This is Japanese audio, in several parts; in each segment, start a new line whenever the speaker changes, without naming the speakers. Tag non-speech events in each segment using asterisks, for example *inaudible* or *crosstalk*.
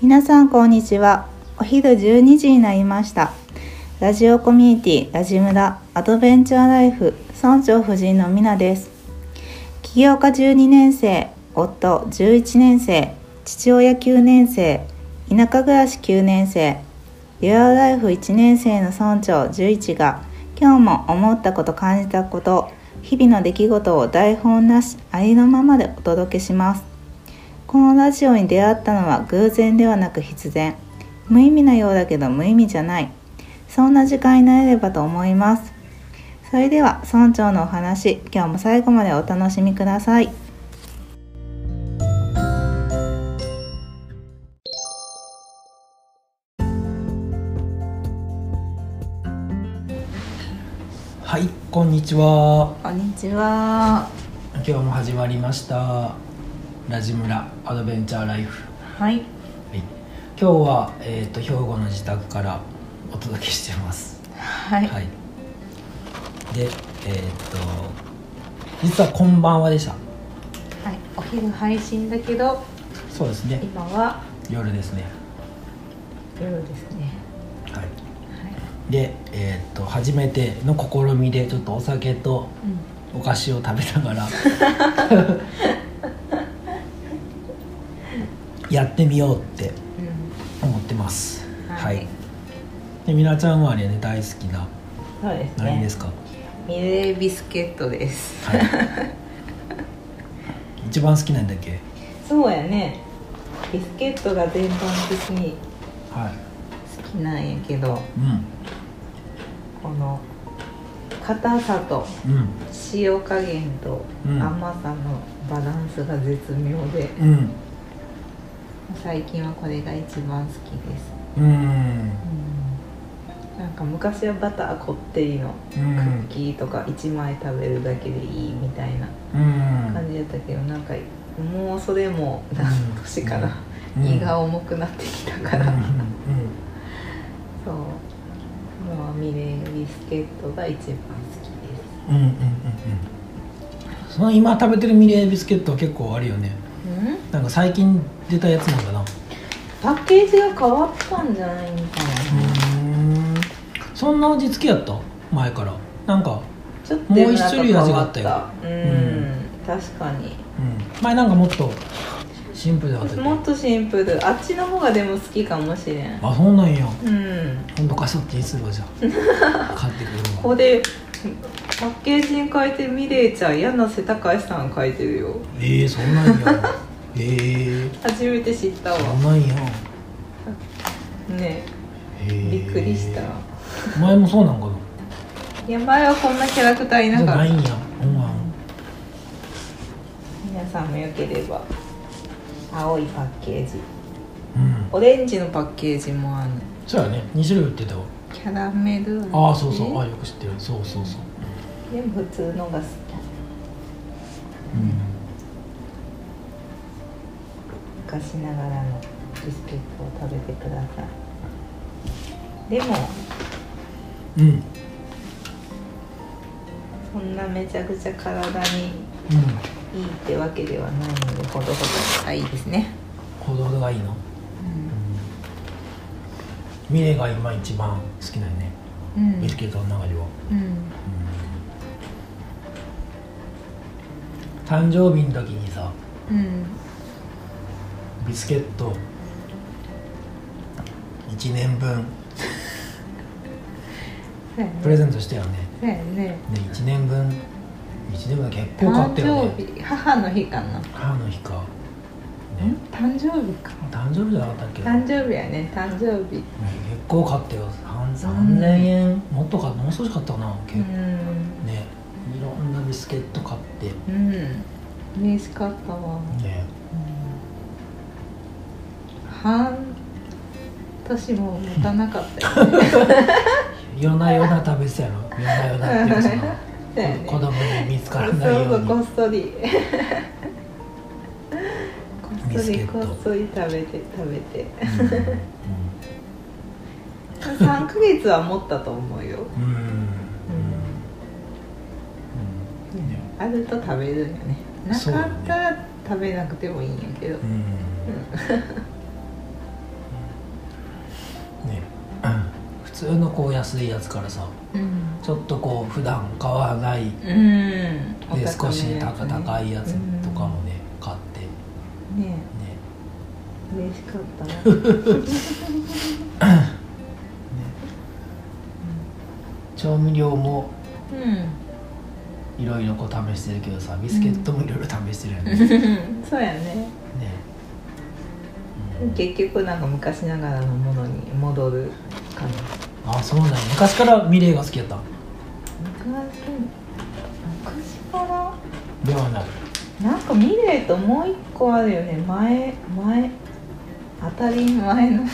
皆さんこんにちはお昼12時になりましたラジオコミュニティラジムラアドベンチャーライフ村長夫人のみなです起業家12年生夫11年生父親9年生田舎暮らし9年生デュアルライフ1年生の村長11が今日も思ったこと感じたこと日々の出来事を台本なしありのままでお届けしますこのラジオに出会ったのは偶然ではなく必然無意味なようだけど無意味じゃないそんな時間になれればと思いますそれでは村長のお話今日も最後までお楽しみください
はい、こんにちは。
こんにちは
今日も始まりました。ラジムラアドベンチャーライフ。
はい
はい今日はえっ、と兵庫の自宅からお届けしてます。
は
はい。で、えっ、と実はこんばんはでした。
お昼配信だけど
そうですね。
今は
夜ですね。
夜ですね
はい。
はい、
で、えっ、と初めての試みでちょっとお酒とお菓子を食べなが *laughs* らやってみようって
う
思ってます
は、
はいい、でみなちゃんはね大好きなん
そうです
何で
ね
すか、
ミレービスケットです
はい一番好きなんだっけ
*laughs* そうやねビスケットが全般的に
はい
好きなんやけど
う
この硬さと
ん
塩加減と
うん
甘さのバランスが絶妙で、
うん
最近はこれが一番好きです、
うんうん
うんなんか昔はバターこってりの
う
クッ
ん
キーとか1枚食べるだけでいいみたいな
うん
感じだったけどなんかもうそれも何年かな、
うん
荷が重くなってきたから、
うん
そうもうミレービスケットが一番好きです
うんうんうんうんうんその今食べてるミレービスケットは結構あるよね
うん
なんか最近出たやつなんだな
パッケージが変わったんじゃないみたいな、
うんそんな味付けやった前からなんか、
ちょっとでもなんか
もう一種類味があったよ
変わったうん、確かに
うん、前なんかもっとシンプルだったっけ
もっとシンプルあっちの方がでも好きかもしれん
あそうなんや
うん
今度貸そうっていつばじゃ
*laughs*
あ買ってく
こ
るわ
こでパッケージに変えてミレイちゃん柳瀬隆さん書いてるよ
ええそんなんやええ
初めて知ったわ
そんなんや、
ね
えー
びっくりした
前もそうなんかない
や前はこんなキャラクターいな
じゃあ
か
な
っ
い
た
んやほんま
皆さんもよければ青いパッケージ
うん
オレンジのパッケージもある
そうやね2種類売ってたわ
キャラメル
ああそうそうあ
ね
よく知ってるそうそうそう
でも普通のが好き
うん
昔ながらのビスケットを食べてくださいでも
うんうん
そんなめちゃくちゃ体にいいってわけではないのでほどほどがいいですね、
ほどほどがいいの、うん、ミレが今一番好きだよね、
うん
ビスケットの中では
うん
誕生日の時にさ
うん
ビスケット1年分
そうや
プレ
ね
ゼントしたよね
そうやね
ね1年分1年分結構買
誕
ったよ
生
ね
日母の日かな、
母の日か、ね、
誕生日か
誕生日じゃなかったっけ、
誕
ね、結
生日やね誕生日
構買ったよ3 3000円もっと買ったもう少し買ったかな
う
結構
ん
ねいろんなビスケット買って
うん嬉しかったわ
ね
半年も持たなかったよね
夜な夜な食べてたやろ夜な夜なっていうか
そ
その
うや *laughs* ね
子供に見つからない
そう
よ
そうう
に
こっそりこっ
ビ
そ
スケ
り
ット
こっそり食べて食べて
う
3ヶ月は持ったと思うよ
んうんうんうんね
あると食べるんよねな
そう
か
だね
ったら食べなくてもいいんやけど
うん通のこう安いやつからさ
うん
ちょっとこう普段買わな
う
い
んお高め
で少し高高いやつとかもね買って
ね
ね
え嬉しかったなうん
調味料も
う
いろいろこう試してるけどさビスケットもいろいろ試してるよね,、ね
ん *laughs* そうやね
うん
結局なんか昔ながらのものに戻るか
あそうなんや昔からミレイが好きやった
な昔昔から
ではない
なんかミレーともう一個あるよね前前当たり前の
ああ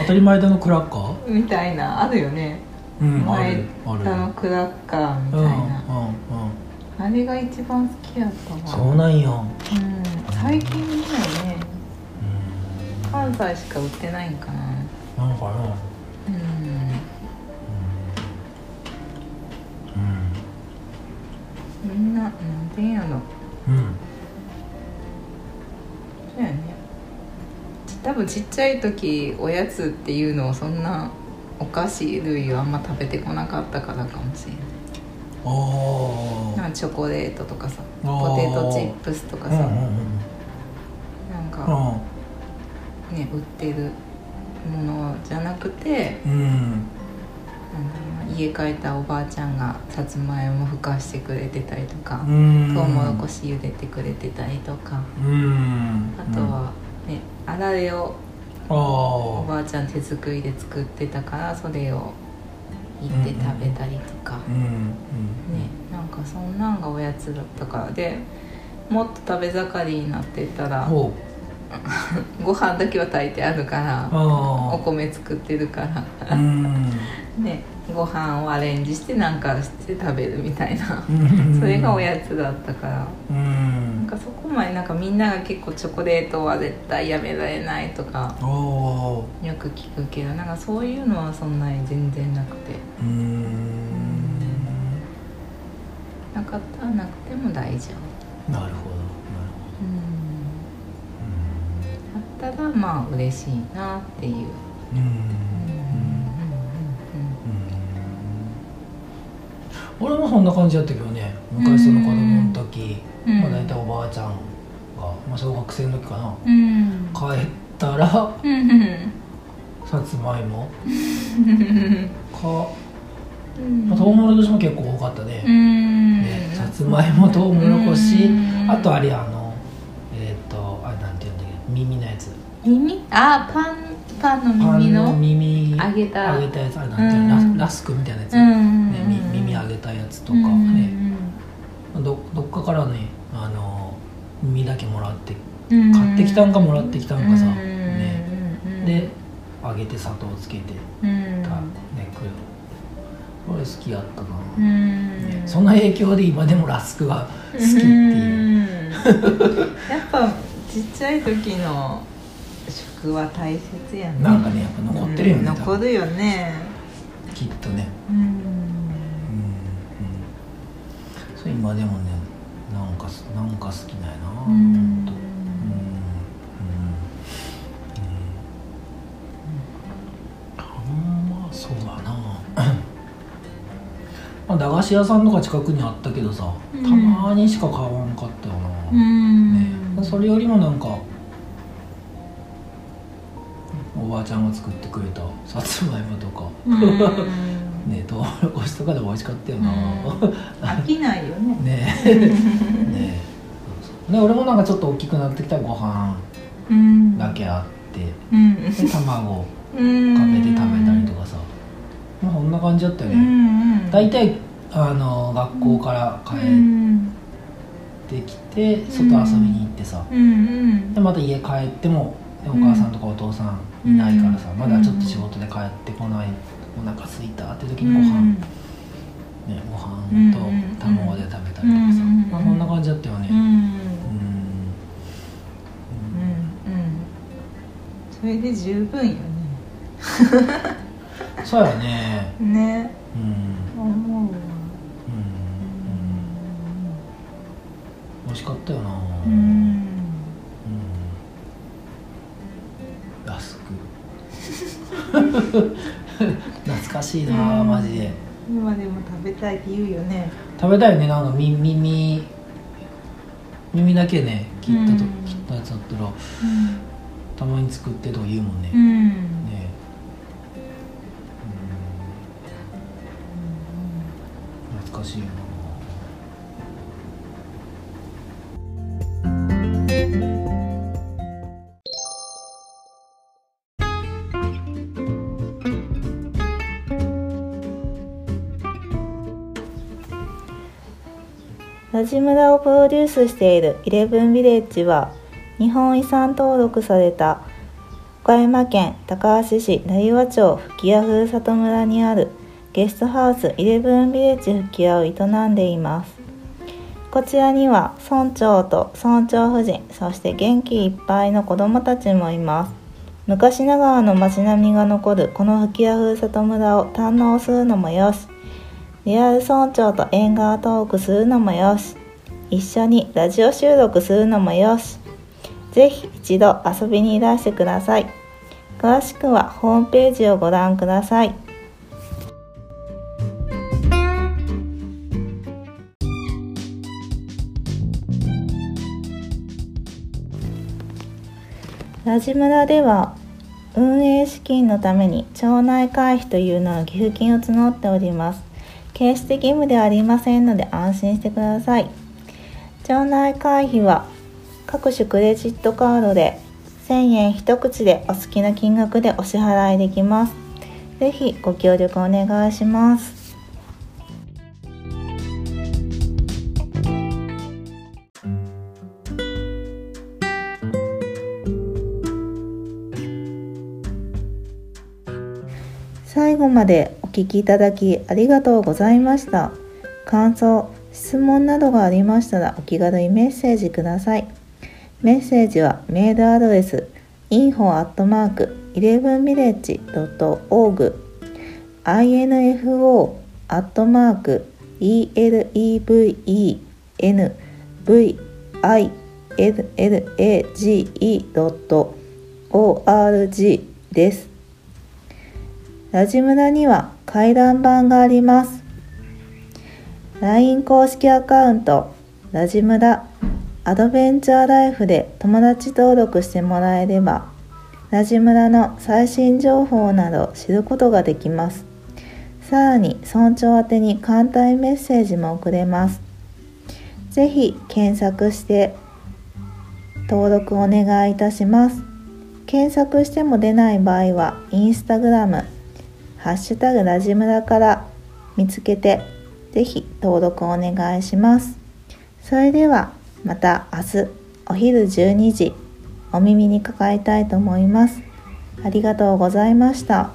当たり前だのクラッカー
みたいなあるよね
うんあ
前
るある
田のクラッカーみた
う
い
んうん
な、
うん
あれが一番好きやったわ
そうなんやうん
うん、最近見ないね
음.
関西しか売ってないんかな
なんかな
うん
う
みんななんていうんやろ
んうん
そうやね多分ちっちゃい時おやつっていうのをそんなお菓子類をあんま食べてこなかったからかもしれない
あ
なんかチョコレートとかさ
あー
ポテトチップスと
あ
か
う
さ、
んうんうん
なんか
あ
ね売ってるものじゃなくて
음.うん
なんだろうな家帰ったおばあちゃんがさつまいもふかしてくれてたりとか、
うん
とうもろこし茹でてくれてたりとか
うん
あとはねあられを
あ
お
あ
ばあちゃん手作りで作ってたからそれを行って食べたりとか、
うんうん
ねなんかそんなんがおやつだったからでもっと食べ盛りになってたら
ほう
ご飯だけは炊いてある
어.
からお
あ
米作ってるから *laughs*
あうん
ねご飯をアレンジしてなんかして食べるみたいなそれがおやつだったから
う
なん
ん
かそこまでなんかみんなが結構チョコレートは絶対やめられないとか
おー
よく聞くけどなんかそういうのはそんなに全然なくて
うん 음.
なかったらなくても大丈夫
なるほどなる
うんあっ
ほ
たらまあ嬉しいなっていう
どうんう
음.う
ん
ん
うん俺もそんな感じやったけどね昔その子供の時
うん
まあ大体おばあちゃんが、まあ、小学生の時かな
うん
帰ったら
うんうん
さつま
*laughs*
いもか、
うん
まあ、トウモロコシも結構多かったね,、
うん
ねさつまいもとうもろこし
うん
あとあれあのえっ、とあれなんていうんだっけ耳のやつ
耳あパンパンの
パ
耳
ン
の
の耳
揚げた
揚げたやつあれなんていうのラ
う
ス
ん
ラスクみたいなやつ、
うんうん
ね、み耳揚げたやつ
と
とかね、どどっかからねあの耳だけもらって買ってきたんかもらってきたんかさ、ね、で揚げて砂糖つけて
うん
たねくる俺好きやったな、
うん
ねその影響で今でもラスクが好きってい
う
う、
んやっぱちっちゃい時の食は大切やね
なんかねやっぱ残ってるよね、
うん
多
残
分
るよね
きっとね
うん
うんうんそう今でもねなんかすなんか好きなんやなほんとうんうんうんあんまそうだなまあ駄菓子屋さんとか近くにあったけどさ
うん
たまにしか買わんかったよな、
うん
ね、それよりもなんかおばあちゃんが作ってくれたさつまいもとか、
うん
ねとうもろこしとかでも美味しかったよな、
う飽きないよね
ねえねえそうそうね俺もなんかちょっと大きくなってきたらご飯
うん
だけあって
うん
で卵を
うん
かけて食べたりとかさ、まあ、そんな感じだったよ
うん
ね、
うん
大体あの学校から帰
うん
ってきて、外遊びに行ってさ、
うん
でまた家帰ってもでお母さんとかお父さんいないからさ、
うん
まだちょっと仕事で帰ってこないお腹空すいたって時にご飯、ね、ご飯と卵で食べた
う
りとかさ、
ん
まあ、そんな感じだったよ
う
ね
ん
うん、
うんうんそれで十分よね
そうやね
ね
うんうん
思うわ
うん美味しかったよな
うん
うん安く懐かしいなあマジで
今でも食べたいって言うよね
食べたいねなんか耳耳耳だけね切ったと、
うん
切ったやつだったらたまに作ってとか言うもんね、
うん、うん、
ねうん懐かしいよな
ラジムラをプロデュースしているイレブンビレッジは日本遺産登録された岡山県高梁市成和町吹屋ふるさと村にあるゲストハウスイレブンビレッジ吹屋を営んでいますこちらには村長と村長夫人そして元気いっぱいの子どもたちもいます昔ながらの街並みが残るこの吹屋ふるさと村を堪能するのもよしリアル村長と縁側トークするのもよし一緒にラジオ収録するのもよしぜひ一度遊びにいらしてください詳しくはホームページをご覧くださいラジムラでは運営資金のために町内会費というのの寄付金を募っております決して義務ではありませんので安心してください町内会費は各種クレジットカードで1000円一口でお好きな金額でお支払いできますぜひご協力お願いします最後までお聞きいただきありがとうございました感想質問などがありましたらお気軽にメッセージくださいメッセージはメールアドレス info.11village.org info.elevenvillage.org です。ラジムラには回覧板があります。LINE 公式アカウント、ラジムラアドベンチャーライフで友達登録してもらえれば、ラジムラの最新情報など知ることができます。さらに、村長宛てに簡単メッセージも送れます。ぜひ検索して登録お願いいたします。検索しても出ない場合は、インスタグラム、ハッシュタグラジムラから見つけて、ぜひ登録お願いします。それでは、また明日お昼12時、お耳にかかりたいと思います。ありがとうございました。